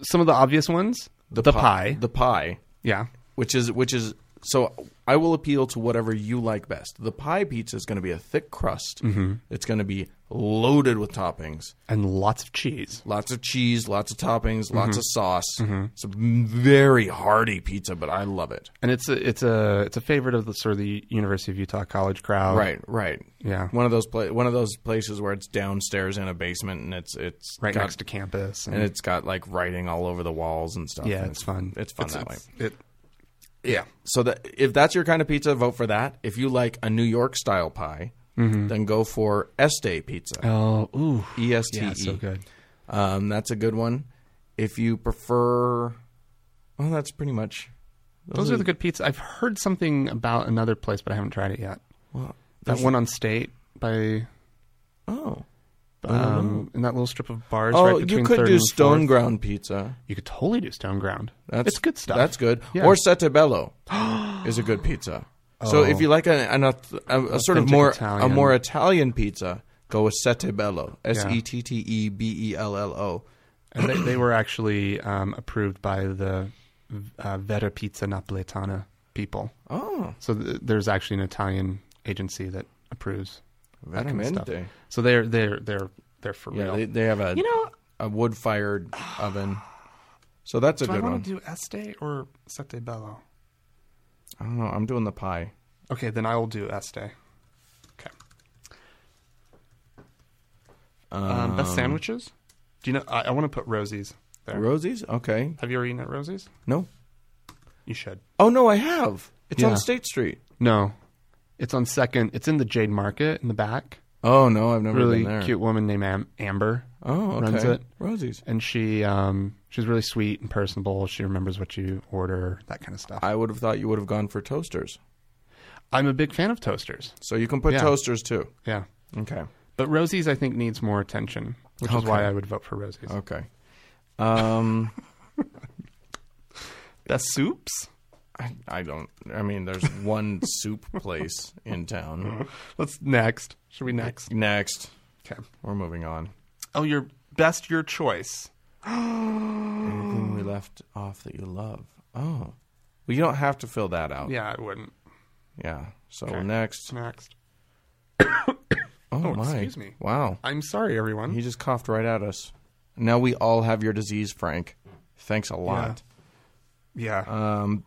Speaker 1: some of the obvious ones.
Speaker 2: pi- The pie,
Speaker 1: Yeah,
Speaker 2: which is which is so I will appeal to whatever you like best. The pie pizza is going to be a thick crust.
Speaker 1: Mm-hmm.
Speaker 2: It's going to be loaded with toppings.
Speaker 1: and lots of cheese.
Speaker 2: Lots of cheese, lots of toppings,
Speaker 1: Mm-hmm.
Speaker 2: lots of sauce. It's a very hearty pizza, but I love it.
Speaker 1: And it's a it's a it's a favorite of the sort of the University of Utah college crowd.
Speaker 2: Right, right.
Speaker 1: Oh. Yeah.
Speaker 2: One of those pla- one of those places where it's downstairs in a basement and it's it's
Speaker 1: right
Speaker 2: got-
Speaker 1: next to campus.
Speaker 2: and it's got like writing all over the walls and stuff.
Speaker 1: yeah,
Speaker 2: and
Speaker 1: it's fun.
Speaker 2: It's fun that way.
Speaker 1: It,
Speaker 2: Yeah. So that if that's your kind of pizza, vote for that. If you like a New York style pie, then go for Este pizza.
Speaker 1: Mm-hmm. oh, ooh,
Speaker 2: E S T E.
Speaker 1: yeah, so good.
Speaker 2: Um, that's a good one. If you prefer, well, that's pretty much.
Speaker 1: Those, are, the good pizzas. I've heard something about another place, but I haven't tried it yet.
Speaker 2: Well,
Speaker 1: That one on State by
Speaker 2: oh.
Speaker 1: um, in that little strip of bars.
Speaker 2: Oh,
Speaker 1: right between
Speaker 2: you could
Speaker 1: third
Speaker 2: do
Speaker 1: and
Speaker 2: stone
Speaker 1: fourth.
Speaker 2: ground pizza.
Speaker 1: You could totally do stone ground.
Speaker 2: That's
Speaker 1: it's good stuff.
Speaker 2: That's good.
Speaker 1: Yeah.
Speaker 2: Or
Speaker 1: *gasps*
Speaker 2: settebello is a good pizza. So if you like a, an, a, a sort
Speaker 1: Oh. Authentic
Speaker 2: of more
Speaker 1: Italian.
Speaker 2: a more Italian pizza, go with settebello. S
Speaker 1: Yeah.
Speaker 2: e t t e b e l l o.
Speaker 1: And they, they *clears throat* were actually um, approved by the uh, Vera Pizza Napoletana people.
Speaker 2: Oh,
Speaker 1: So th- there's actually an Italian agency that approves that kind of stuff.
Speaker 2: veramente.
Speaker 1: So they're they're they're they're for
Speaker 2: Yeah,
Speaker 1: real.
Speaker 2: they, they have a
Speaker 1: you know,
Speaker 2: a wood fired oven. So that's a
Speaker 1: do I
Speaker 2: good one.
Speaker 1: want to do Este or Sette Bello?
Speaker 2: I don't know. I'm doing the pie.
Speaker 1: Okay, then I will do Este. Okay. Um, best sandwiches? Do you know? I, I want to put Rosie's there.
Speaker 2: Rosie's okay.
Speaker 1: Have you ever eaten at Rosie's?
Speaker 2: No.
Speaker 1: You should.
Speaker 2: Oh no, I have. It's
Speaker 1: Yeah.
Speaker 2: on State Street.
Speaker 1: No, it's on second. It's in the Jade Market in the back.
Speaker 2: Oh no, I've never
Speaker 1: Really
Speaker 2: been there.
Speaker 1: cute woman named Am- Amber.
Speaker 2: Oh, okay.
Speaker 1: runs it.
Speaker 2: Rosie's.
Speaker 1: and she um she's really sweet and personable. She remembers what you order, that kind of stuff.
Speaker 2: I would have thought you would have gone for toasters.
Speaker 1: I'm a big fan of toasters.
Speaker 2: So you can put
Speaker 1: Yeah.
Speaker 2: toasters too.
Speaker 1: Yeah.
Speaker 2: Okay.
Speaker 1: But Rosie's, I think, needs more attention, which is
Speaker 2: Okay.
Speaker 1: why I would vote for Rosie's.
Speaker 2: Okay. Um,
Speaker 1: The soups?
Speaker 2: *laughs* I, I don't. I mean, there's one soup place in town.
Speaker 1: Let's next. Should we next?
Speaker 2: Next,
Speaker 1: Okay.
Speaker 2: we're moving on.
Speaker 1: Oh, your best, your choice.
Speaker 2: Anything we left off that you love? Oh, well, you don't have to fill that out.
Speaker 1: Yeah, I wouldn't.
Speaker 2: Yeah. So
Speaker 1: Okay.
Speaker 2: next.
Speaker 1: Next.
Speaker 2: Oh,
Speaker 1: Oh,
Speaker 2: my.
Speaker 1: excuse me.
Speaker 2: Wow.
Speaker 1: I'm sorry, everyone.
Speaker 2: He just coughed right at us. Now we all have your disease, Frank. Thanks a lot.
Speaker 1: yeah.
Speaker 2: Um,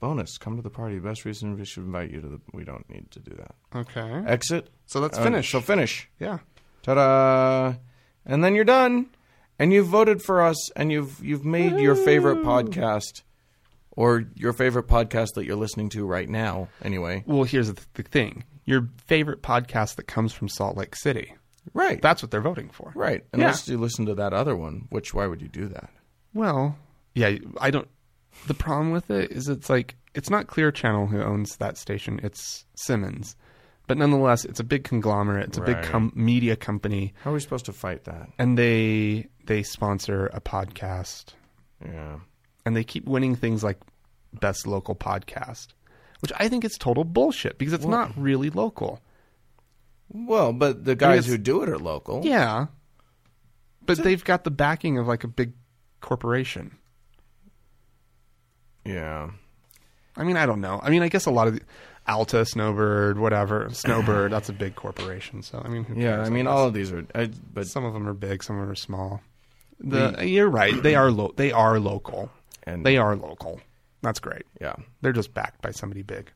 Speaker 2: bonus. Come to the party. Best reason we should invite you to the. We don't need to do that.
Speaker 1: okay.
Speaker 2: Exit.
Speaker 1: So let's
Speaker 2: Uh,
Speaker 1: finish.
Speaker 2: So finish.
Speaker 1: yeah.
Speaker 2: Ta-da! And then you're done, and you've voted for us, and you've you've made your favorite podcast, or your favorite podcast that you're listening to right now. Anyway,
Speaker 1: Well, here's the, the thing. Your favorite podcast that comes from Salt Lake City.
Speaker 2: right,
Speaker 1: That's what they're voting for.
Speaker 2: right. Unless you listen to that other one, which why would you do that?
Speaker 1: Well, yeah, I don't. The problem with it is it's like it's not Clear Channel who owns that station; it's Simmons. But nonetheless, it's a big conglomerate. It's a big
Speaker 2: Right.
Speaker 1: com- media company,
Speaker 2: How are we supposed to fight that?
Speaker 1: and they they sponsor a podcast,
Speaker 2: Yeah,
Speaker 1: and they keep winning things like best local podcast, which I think is total bullshit because it's not really local.
Speaker 2: Well, but the guys
Speaker 1: it's-
Speaker 2: who do it are local.
Speaker 1: Yeah, but they've got the backing of like a big corporation.
Speaker 2: yeah.
Speaker 1: I mean, I don't know. I mean, I guess a lot of the, Alta, Snowbird, *clears throat* whatever. Snowbird, that's a big corporation. So I mean, who
Speaker 2: Yeah,
Speaker 1: cares?
Speaker 2: I mean, all of these are, I, but
Speaker 1: some of them are big, some of them are small. The, you're right. They are lo- they are local.
Speaker 2: And-
Speaker 1: they are local. That's great.
Speaker 2: yeah,
Speaker 1: They're just backed by somebody big.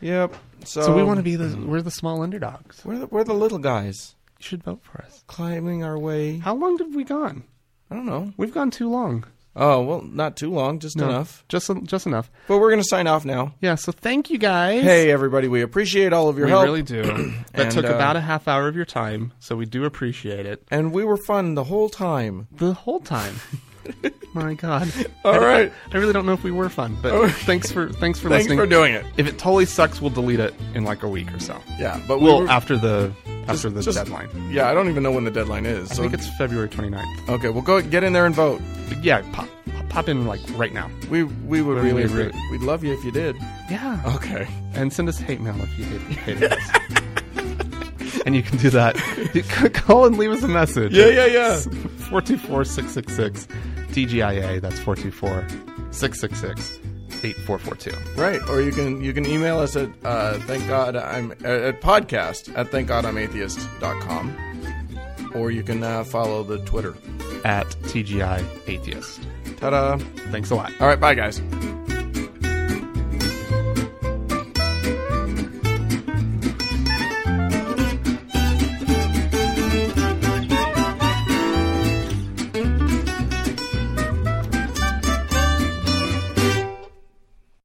Speaker 2: yep. So,
Speaker 1: So we want to be *clears throat* the we're the small underdogs. You
Speaker 2: We're the, we're the little guys
Speaker 1: should vote for us.
Speaker 2: climbing our way.
Speaker 1: How long have we gone?
Speaker 2: I don't know.
Speaker 1: We've gone too long.
Speaker 2: Oh well, not too long, just
Speaker 1: No,
Speaker 2: enough.
Speaker 1: Just just enough.
Speaker 2: But we're going to sign off now.
Speaker 1: Yeah. So thank you guys.
Speaker 2: Hey, everybody, we appreciate all of your
Speaker 1: we
Speaker 2: help.
Speaker 1: really
Speaker 2: *clears throat*
Speaker 1: do. that
Speaker 2: And,
Speaker 1: took
Speaker 2: uh,
Speaker 1: about a half hour of your time, so we do appreciate it.
Speaker 2: and we were fun the whole time.
Speaker 1: the whole
Speaker 2: *laughs*
Speaker 1: time. My God!
Speaker 2: All right. Oh.
Speaker 1: I really don't know if we were fun, but thanks for thanks for
Speaker 2: Thanks
Speaker 1: listening.
Speaker 2: for doing it.
Speaker 1: If it totally sucks, we'll delete it in like a week or so.
Speaker 2: Yeah, but we
Speaker 1: Well,
Speaker 2: were-
Speaker 1: after the after the
Speaker 2: just-
Speaker 1: deadline,
Speaker 2: Yeah, I don't even know when the deadline is.
Speaker 1: I
Speaker 2: so-
Speaker 1: think it's February 29th.
Speaker 2: okay, well, go get in there and vote.
Speaker 1: But yeah, pop, pop, pop. pop in like right now.
Speaker 2: We we would
Speaker 1: Wouldn't
Speaker 2: really
Speaker 1: we
Speaker 2: agree.
Speaker 1: agree?
Speaker 2: We'd love you if you did.
Speaker 1: Yeah.
Speaker 2: Okay.
Speaker 1: and send us hate mail if you hate, hated us. *laughs* and you can do that. You can call and leave us a message.
Speaker 2: Yeah,
Speaker 1: *laughs*
Speaker 2: yeah, yeah.
Speaker 1: 424 666 DGIA. That's 424 666 8442.
Speaker 2: Right. Or you can you can email us at uh, thank God I'm uh, at podcast at thankgodimatheist.com. Or you can uh, follow the Twitter.
Speaker 1: At TGI Atheist.
Speaker 2: Ta da.
Speaker 1: Thanks a lot.
Speaker 2: All right. Bye, guys.